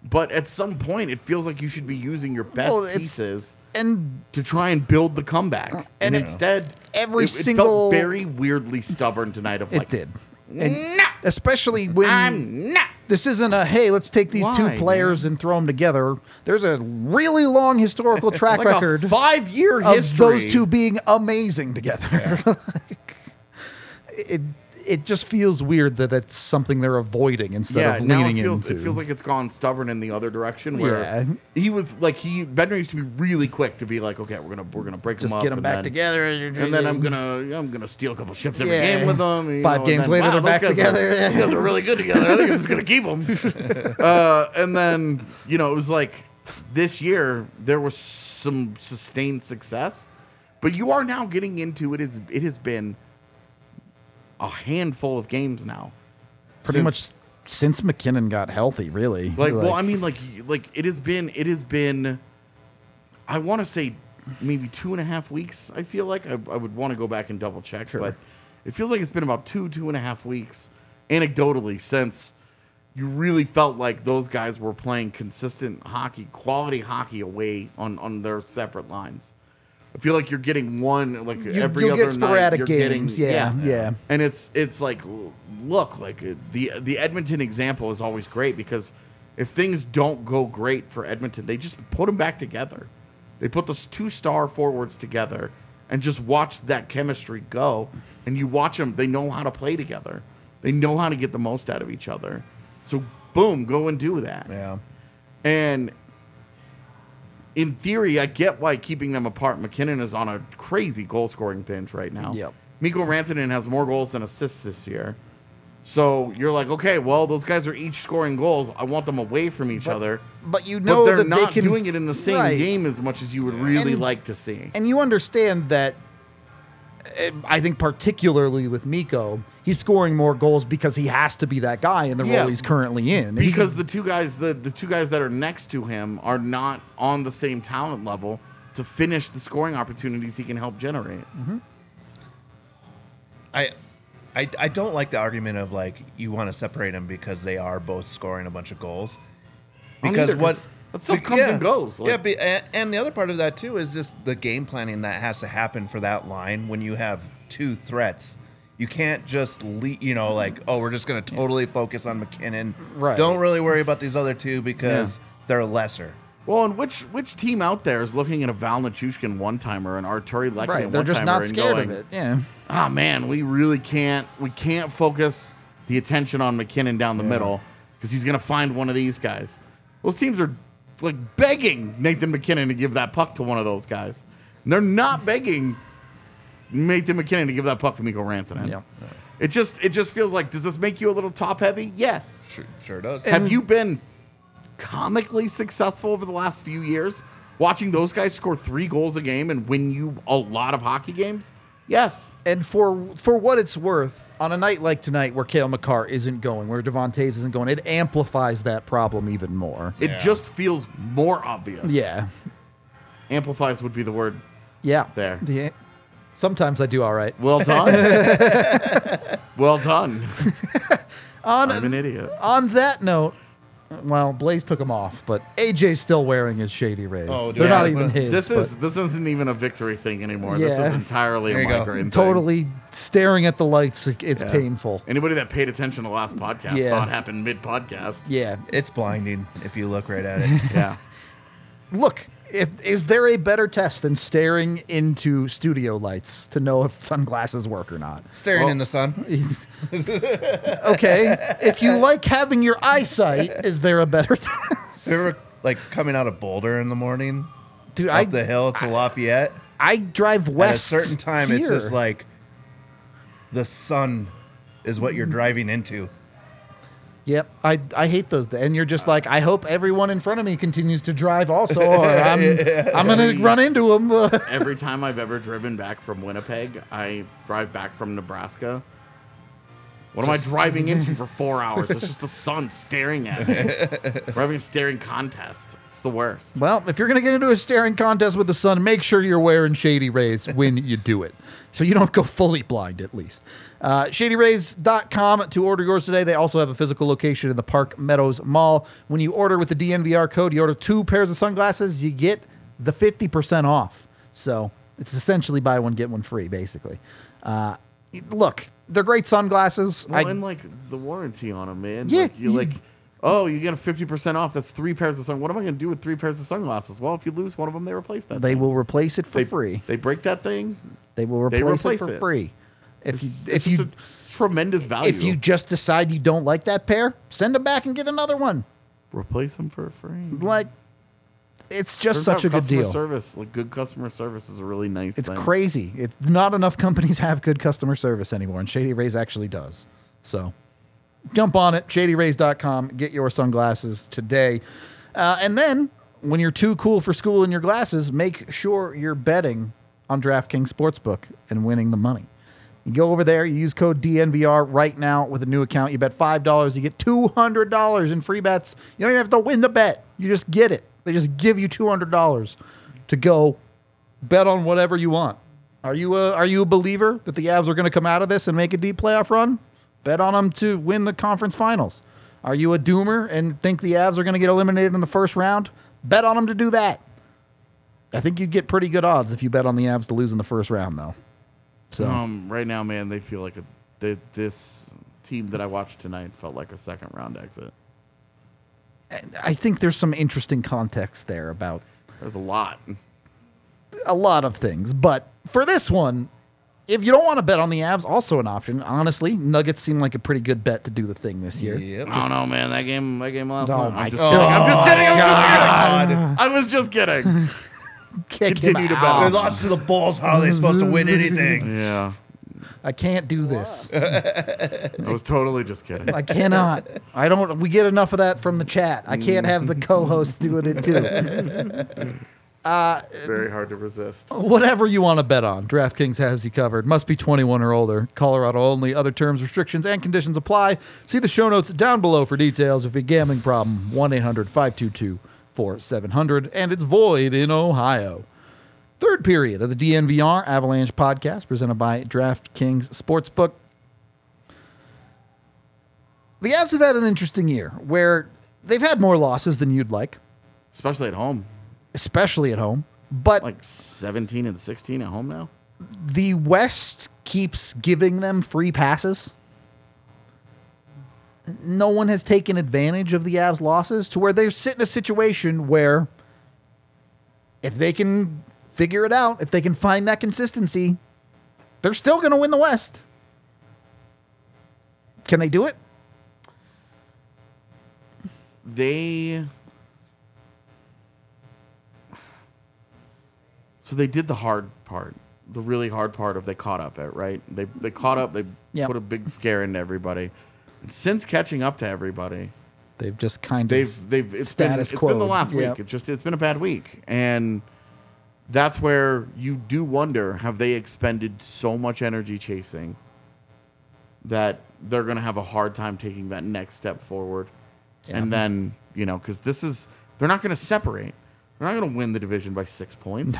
But at some point, it feels like you should be using your best Well, it's- pieces and to try and build the comeback. And, it- instead, every it, it single- felt very weirdly stubborn tonight. Of it like, did. And No, especially when I'm not. This isn't a hey, let's take these Why, two players and throw them together. There's a really long historical track Like record a five-year of history. those two being amazing together. Like, it it just feels weird that that's something they're avoiding instead yeah, of now leaning it feels, into. It feels like it's gone stubborn in the other direction. Where Yeah. he was like he Bender used to be really quick to be like, okay, we're gonna we're gonna break just them up, get them and back then- together, and then I'm gonna I'm gonna steal a couple ships every Yeah. game with them. you Five know, and games then, later, wow, they're those back guys are- together. these guys are really good together. I think I'm just gonna keep them. Uh, and then you know it was like this year there was some sustained success, but you are now getting into it is it has been a handful of games now. pretty since- much since McKinnon got healthy, really. like, well, I mean, like, y- like it has been, it has been. I want to say maybe two and a half weeks. I feel like I, I would want to go back and double check, but it feels like it's been about two, two and a half weeks, anecdotally, since you really felt like those guys were playing consistent hockey, quality hockey away on on their separate lines. I feel like you're getting one like You- every you'll other get sporadic night. You're games, getting, yeah, yeah. and it's it's like l- look like uh, the the Edmonton example is always great because if things don't go great for Edmonton, they just put them back together. They put those two star forwards together and just watch that chemistry go. And you watch them; they know how to play together. They know how to get the most out of each other. So boom, go and do that. Yeah. And in theory, I get why keeping them apart. McKinnon is on a crazy goal scoring binge right now. Yep. Miko Rantanen has more goals than assists this year. So you're like, okay, well, those guys are each scoring goals. I want them away from each other. but you know they're that not they can doing it in the same Right. game as much as you would really And- like to see. and you understand that eh, I think particularly with Miko, he's scoring more goals because he has to be that guy in the Yeah, role he's currently in. And he because can- the two guys the, the two guys that are next to him are not on the same talent level to finish the scoring opportunities he can help generate. I, I, I don't like the argument of like you want to separate them because they are both scoring a bunch of goals. I don't Because either, 'cause what that stuff be- comes yeah. and goes. yeah, like- be, and, and the other part of that too is just the game planning that has to happen for that line when you have two threats. You can't just le you know, like oh, we're just going to totally focus on McKinnon. Right. Don't really worry about these other two because they're lesser. Well, and which which team out there is looking at a Val Nichushkin one timer and Arturi Lekkinen right, one they're just not scared going, of it. Yeah. Ah, man, we really can't we can't focus the attention on McKinnon down the middle because he's gonna find one of these guys. Those teams are like begging Nathan McKinnon to give that puck to one of those guys. And they're not begging Nathan McKinnon to give that puck to Miko Rantanen. Yeah. It just it just feels like does this make you a little top heavy? Yes. Sure, sure does. Have you been comically successful over the last few years watching those guys score three goals a game and win you a lot of hockey games? Yes. And for for what it's worth, on a night like tonight where Kale McCarr isn't going, where Devontae's isn't going, it amplifies that problem even more. It just feels more obvious. yeah. Amplifies would be the word. Yeah. There. Yeah. Sometimes I do all right. Well done. well done. On I'm an idiot. on that note, well, Blaze took him off, but AJ's still wearing his shady rays. Oh, dude. They're not Yeah, even but his. This but- is this isn't even a victory thing anymore. This Yeah. is entirely There a you go. migraine. thing. totally staring at the lights. it- It's Yeah. painful. Anybody that paid attention to the last podcast Yeah. saw it happen mid podcast. Yeah. It's blinding if you look right at it. Yeah. Look, If, is there a better test than staring into studio lights to know if sunglasses work or not? Staring in the sun. Okay, if you like having your eyesight, is there a better test? Remember, like coming out of Boulder in the morning, Dude, up I, the hill to Lafayette. I drive west. At a certain time, it's here. just like the sun is what you're driving into. Yep, I, I hate those. days. And you're just like, I hope everyone in front of me continues to drive also, or I'm, I'm going to run into them. Every time I've ever driven back from Winnipeg, I drive back from Nebraska. What am I driving into for four hours? It's just the sun staring at me. We're having a staring contest. It's the worst. Well, if you're going to get into a staring contest with the sun, make sure you're wearing shady rays when you do it. So you don't go fully blind, at least. Uh, shadyrays.com to order yours today. They also have a physical location in the Park Meadows Mall. When you order with the DNVR code, you order two pairs of sunglasses, you get the 50% off. So it's essentially buy one, get one free, basically. Uh, look, they're great sunglasses. Well, I- and like the warranty on them, man. Yeah, like, you you- like, oh, you get a fifty percent off. That's three pairs of sun. What am I going to do with three pairs of sunglasses? Well, if you lose one of them, they replace that. they thing. will replace it for They- free. They break that thing. They will they replace it replaced for it. free. If you, It's if just you a tremendous value. If you just decide you don't like that pair, send them back and get another one. replace them for free, Like, it's Turns just such out a good customer deal. Service, like good customer service, is a really nice. It's thing. crazy. It's not enough companies have good customer service anymore, and Shady Rays actually does. So, jump on it, shadyrays.com. Get your sunglasses today, uh, and then when you're too cool for school in your glasses, make sure you're betting on DraftKings Sportsbook and winning the money. You go over there, you use code DNVR right now with a new account. You bet $5, you get $200 in free bets. You don't even have to win the bet. You just get it. They just give you $200 to go bet on whatever you want. Are you a, are you a believer that the Avs are going to come out of this and make a deep playoff run? Bet on them to win the conference finals. Are you a doomer and think the Avs are going to get eliminated in the first round? Bet on them to do that. I think you'd get pretty good odds if you bet on the Avs to lose in the first round, though. So Um, right now, man, they feel like a, they, this team that I watched tonight felt like a second round exit. I think there's some interesting context there about There's a lot. a lot of things. But for this one, if you don't want to bet on the Avs, also an option. Honestly, Nuggets seem like a pretty good bet to do the thing this year. I don't know, man. That game, that game last Oh night. my I'm just kidding. I'm just kidding. I'm just kidding. God. I was just kidding. Kick him Continue to bet. out. They lost to the Bulls. How are they supposed to win anything? yeah, I can't do this. I was totally just kidding. I cannot. I don't. We get enough of that from the chat. I can't have the co-host doing it too. Very hard to resist. Whatever you want to bet on, DraftKings has you covered. Must be 21 or older. Colorado only. Other terms, restrictions, and conditions apply. See the show notes down below for details. If you have a gambling problem, 1-800-522-4700. And it's void in Ohio. Third period of the DNVR Avalanche podcast presented by DraftKings Sportsbook. The Avs have had an interesting year where they've had more losses than you'd like, Especially at home, especially at home. But like 17 and 16 at home now. the West keeps giving them free passes. No one has taken advantage of the Avs' losses to where they sit in a situation where if they can figure it out, if they can find that consistency, they're still going to win the West. Can they do it? they so they did the hard part the really hard part of they caught up at right they they caught up they Yep. put a big scare into everybody and since catching up to everybody They've just kind they've of they've it's status been, quo, It's been the last yep. week. It's just it's been a bad week, and that's where you do wonder: have they expended so much energy chasing that they're going to have a hard time taking that next step forward? And then you know, because this is they're not going to separate. They're not going to win the division by six points.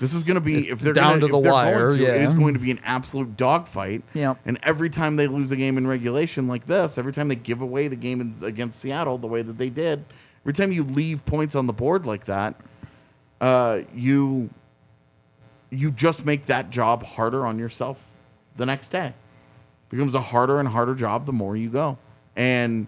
This is going to be if they're down gonna, to the if they're wire, Going to, It yeah. is going to be an absolute dogfight. Yep. And every time they lose a game in regulation like this, every time they give away the game in, against Seattle the way that they did, every time you leave points on the board like that, uh, you you just make that job harder on yourself the next day. becomes a harder and harder job the more you go. And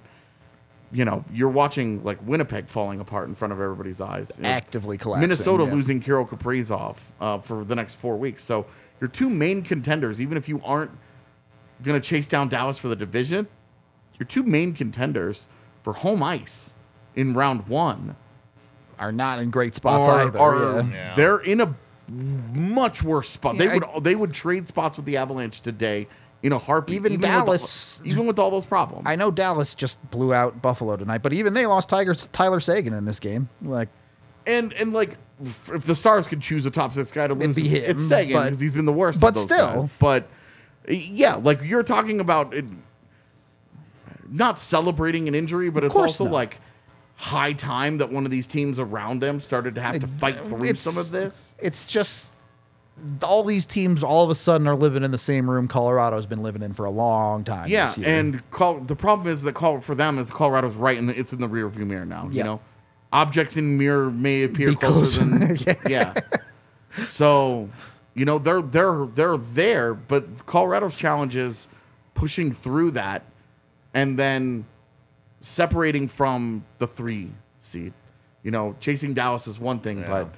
you know, you're watching like Winnipeg falling apart in front of everybody's eyes. Actively collapsing, Minnesota yeah. losing Kirill Kaprizov uh, for the next four weeks. So your two main contenders, even if you aren't going to chase down Dallas for the division, your two main contenders for home ice in round one are not in great spots are, either. are- yeah. they're in a much worse spot. Yeah, they would they would trade spots with the Avalanche today in a heartbeat. Even with all- Dallas- even with all those problems, I know Dallas just blew out Buffalo tonight, but even they lost Tigers Tyler Sagan in this game. Like, And and like, f- if the Stars could choose a top six guy to lose, be him, it's Sagan but- because he's been the worst. of but those still. guys. but uh, yeah, like you're talking about it, not celebrating an injury, but it's course also not. like high time that one of these teams around them started to have to fight through uh, it's- some of this. it's just all these teams all of a sudden are living in the same room Colorado's been living in for a long time. Yeah, this year. and call the problem is that call for them is the Colorado's right and it's in the rear view mirror now. You Yeah. know, objects in mirror may appear Be closer closer. than yeah. So you know they're they're they're there, but Colorado's challenge is pushing through that and then separating from the three seed. You know, chasing Dallas is one thing, but.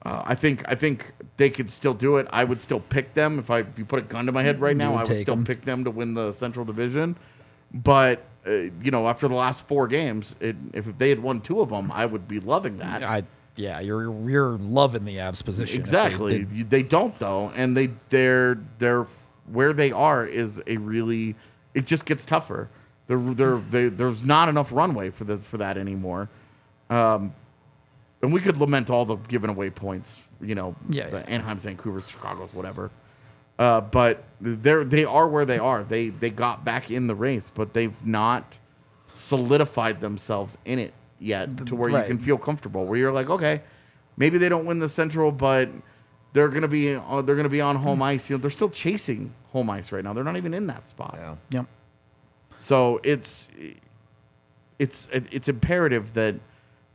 Uh, I think I think they could still do it. I would still pick them if I if you put a gun to my head right now. would I would take still 'em. pick them to win the Central Division, but uh, you know after the last four games, it, if, if they had won two of them, I would be loving that. I yeah, you're you're loving the abs position. if they exactly. did- You- They, don't though, and they they're they're where they are is a really it just gets tougher. There there they, there's not enough runway for the for that anymore. Um, and we could lament all the given away points, you know, Yeah, the yeah. Anaheim's, Vancouver's, Chicago's, whatever. Uh, but they're they are where they are. They they got back in the race, but they've not solidified themselves in it yet to where right. you can feel comfortable. Where you're like, okay, maybe they don't win the Central, but they're gonna be uh, they're gonna be on home ice. You know, they're still chasing home ice right now. They're not even in that spot. Yeah. Yep. So it's it's it's imperative that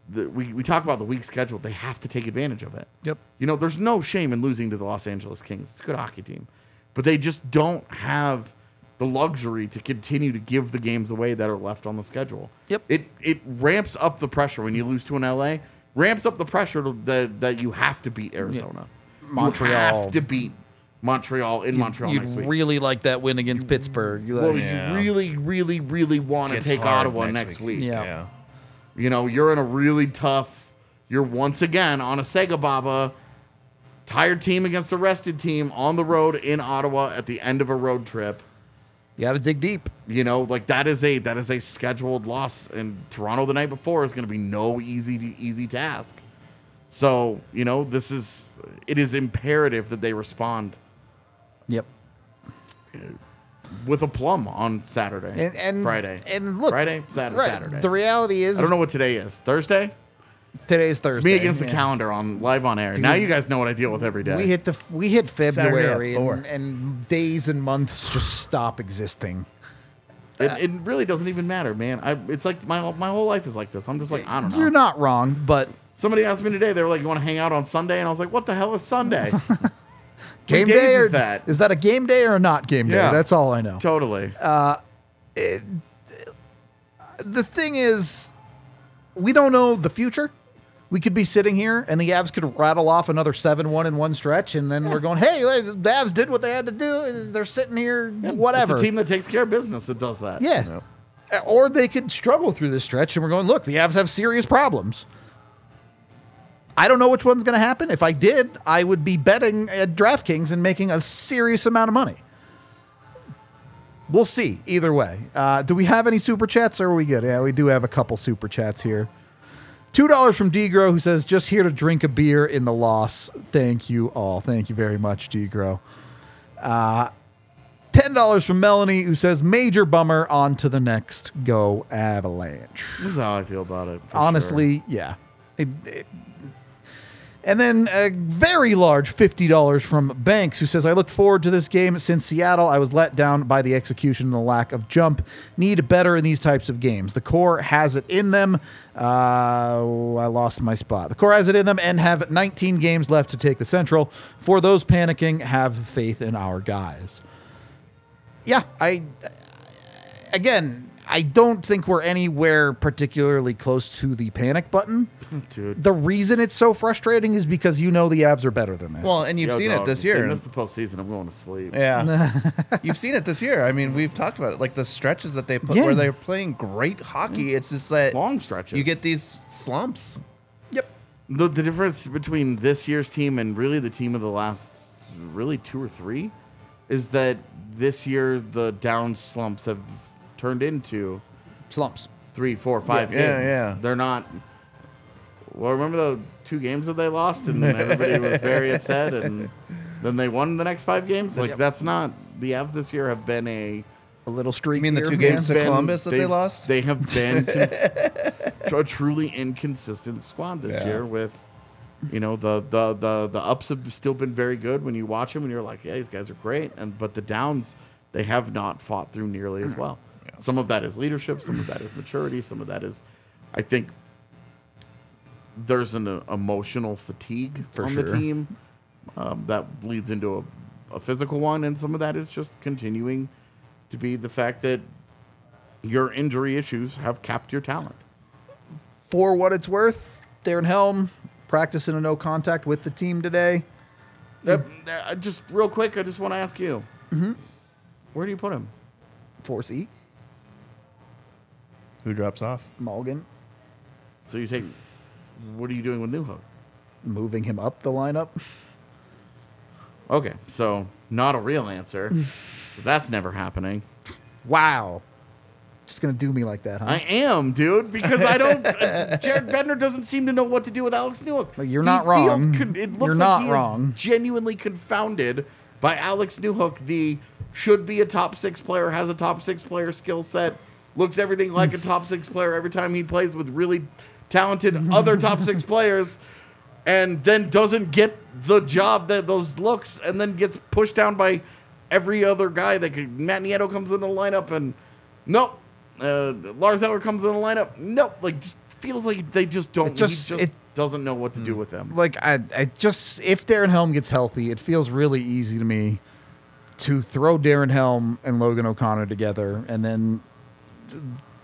the, we we talk about the weak schedule. They have to take advantage of it. Yep. You know, there's no shame in losing to the Los Angeles Kings. It's a good hockey team, but they just don't have the luxury to continue to give the games away that are left on the schedule. Yep. It it ramps up the pressure when you lose to an LA. Ramps up the pressure to, that that you have to beat Arizona. You Montreal. have to beat Montreal in Montreal You'd next week. really like that win against Pittsburgh. You Well, like- Yeah. you really, really, really want to Gets take hard Ottawa next next week. week. Yeah. You know, you're in a really tough. You're once again on a Sega Baba, tired team against a rested team on the road in Ottawa at the end of a road trip. you got to dig deep. You know, like that is a that is a scheduled loss, and Toronto the night before is going to be no easy easy task. So you know, this is it is imperative that they respond Yep. with a plum on Saturday And, and Friday and look Friday Saturday right, Saturday. The reality is I don't know what today is. Thursday? today's Thursday. It's me against the yeah. calendar on live on air. now you guys know what I deal with every day. We hit the f- we hit Saturday at February four. and, and days and months just stop existing. it, it really doesn't even matter, man. I, it's like my my whole life is like this. I'm just like I don't know. You're not wrong, but Somebody asked me today. They were like, "You want to hang out on Sunday?" And I was like, "What the hell is Sunday?" game days day is or that? is Uh, that a game day or not game day? Yeah. That's all I know. totally. the thing is, we don't know the future. We could be sitting here and the Avs could rattle off another 7 1 in one stretch, and then we're going, hey, like, the Avs did what they had to do. They're sitting here, whatever. It's a team that takes care of business that does that. yeah. Or they could struggle through this stretch, and we're going, look, the Avs have serious problems. I don't know which one's going to happen. If I did, I would be betting at DraftKings and making a serious amount of money. We'll see. Either way, uh, do we have any super chats? Or are we good? Yeah, we do have a couple super chats here. Two dollars from Degro, who says, "Just here to drink a beer in the loss." Thank you all. Thank you very much, Degro. Uh, Ten dollars from Melanie, who says, "Major bummer. On to the next. Go Avalanche." This is how I feel about it. for Honestly, yeah. It- it- and then a very large $50 from Banks, who says, I looked forward to this game since Seattle. I was let down by the execution and the lack of jump. Need better in these types of games. The core has it in them. Uh, I lost my spot. The core has it in them and have 19 games left to take the Central. For those panicking, have faith in our guys. Yeah, I again, I don't think we're anywhere particularly close to the panic button. Dude. The reason it's so frustrating is because you know the Avs are better than this. Well, and you've Yo, seen dog, it this if They year. missed the postseason. I'm going to sleep. Yeah, you've seen it this year. I mean, we've talked about it, like the stretches that they put Yeah. where they're playing great hockey. It's just that Long stretches. You get these slumps. yep. The, the difference between this year's team and really the team of the last, really two or three, is that this year the down slumps have turned into Slumps. three, four, five Yeah, games. yeah, yeah. They're not. Well, remember the two games that they lost, and everybody was very upset, and then they won the next five games. Like that's not the Avs this year have been a A little streak. mean the here, two man. games- To been- Columbus that they lost? They have been cons- tr- a truly inconsistent squad this Yeah. year. With you know the the the the ups have still been very good when you watch them, and you're like, yeah, these guys are great. And but the downs, they have not fought through nearly as well. Some of that is leadership. Some of that is maturity. Some of that is, I think, there's an uh, emotional fatigue For on sure. the team um, that leads into a, a physical one, and some of that is just continuing to be the fact that your injury issues have capped your talent. For what it's worth, Darren Helm practicing a no contact with the team today. That, that- I just real quick, I just want to ask you, Mm-hmm. where do you put him? Force E. Who drops off? Mulligan So you take, what are you doing with Newhook? moving him up the lineup. Okay, so not a real answer. Mm. 'cause that's never happening. Wow. Just going to do me like that, huh? I am, dude, because I don't. uh, Jared Bender doesn't seem to know what to do with Alex Newhook. Like, you're He not wrong. feels con- it looks You're like not he is wrong. genuinely confounded by Alex Newhook, the should be a top six player, has a top six player skill set, looks everything like a top six player every time he plays with really talented other top six players, and then doesn't get the job that those looks, and then gets pushed down by every other guy that could. Matt Nieto comes in the lineup and nope. Uh, Lars Eller comes in the lineup. Nope. Like just feels like they just don't. he just- Just, it- Mm. doesn't know what to do with them. like I, I just if Darren Helm gets healthy, it feels really easy to me to throw Darren Helm and Logan O'Connor together, and then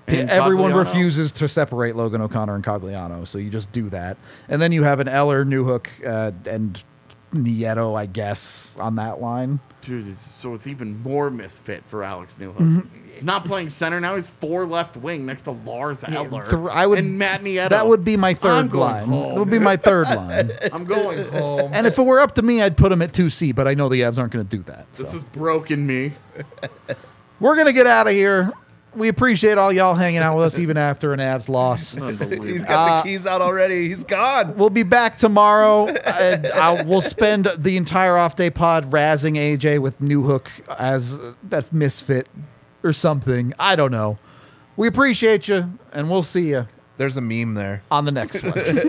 And everyone Cogliano. refuses to separate Logan O'Connor and Cogliano. So you just do that, and then you have an Eller, Newhook, uh, and Nieto, I guess, on that line. Dude, it's, so it's even more misfit for Alex Newhook. Mm-hmm. He's not playing center now. He's four left wing next to Lars Eller Th- I would and Matt Nieto. That would be my 3rd I'm going line. home. That would be my third line. I'm going home. And if it were up to me, I'd put him at two C. But I know the Abs aren't going to do that. This so. has broken me. We're gonna get out of here. We appreciate all y'all hanging out with us even after an Avs loss. He's Unbelievable. got the keys out already. He's gone. We'll be back tomorrow. and I'll, we'll spend the entire off day pod razzing AJ with New Hook as uh, that misfit or something. I don't know. We appreciate you, and we'll see you There's a meme there. on the next one.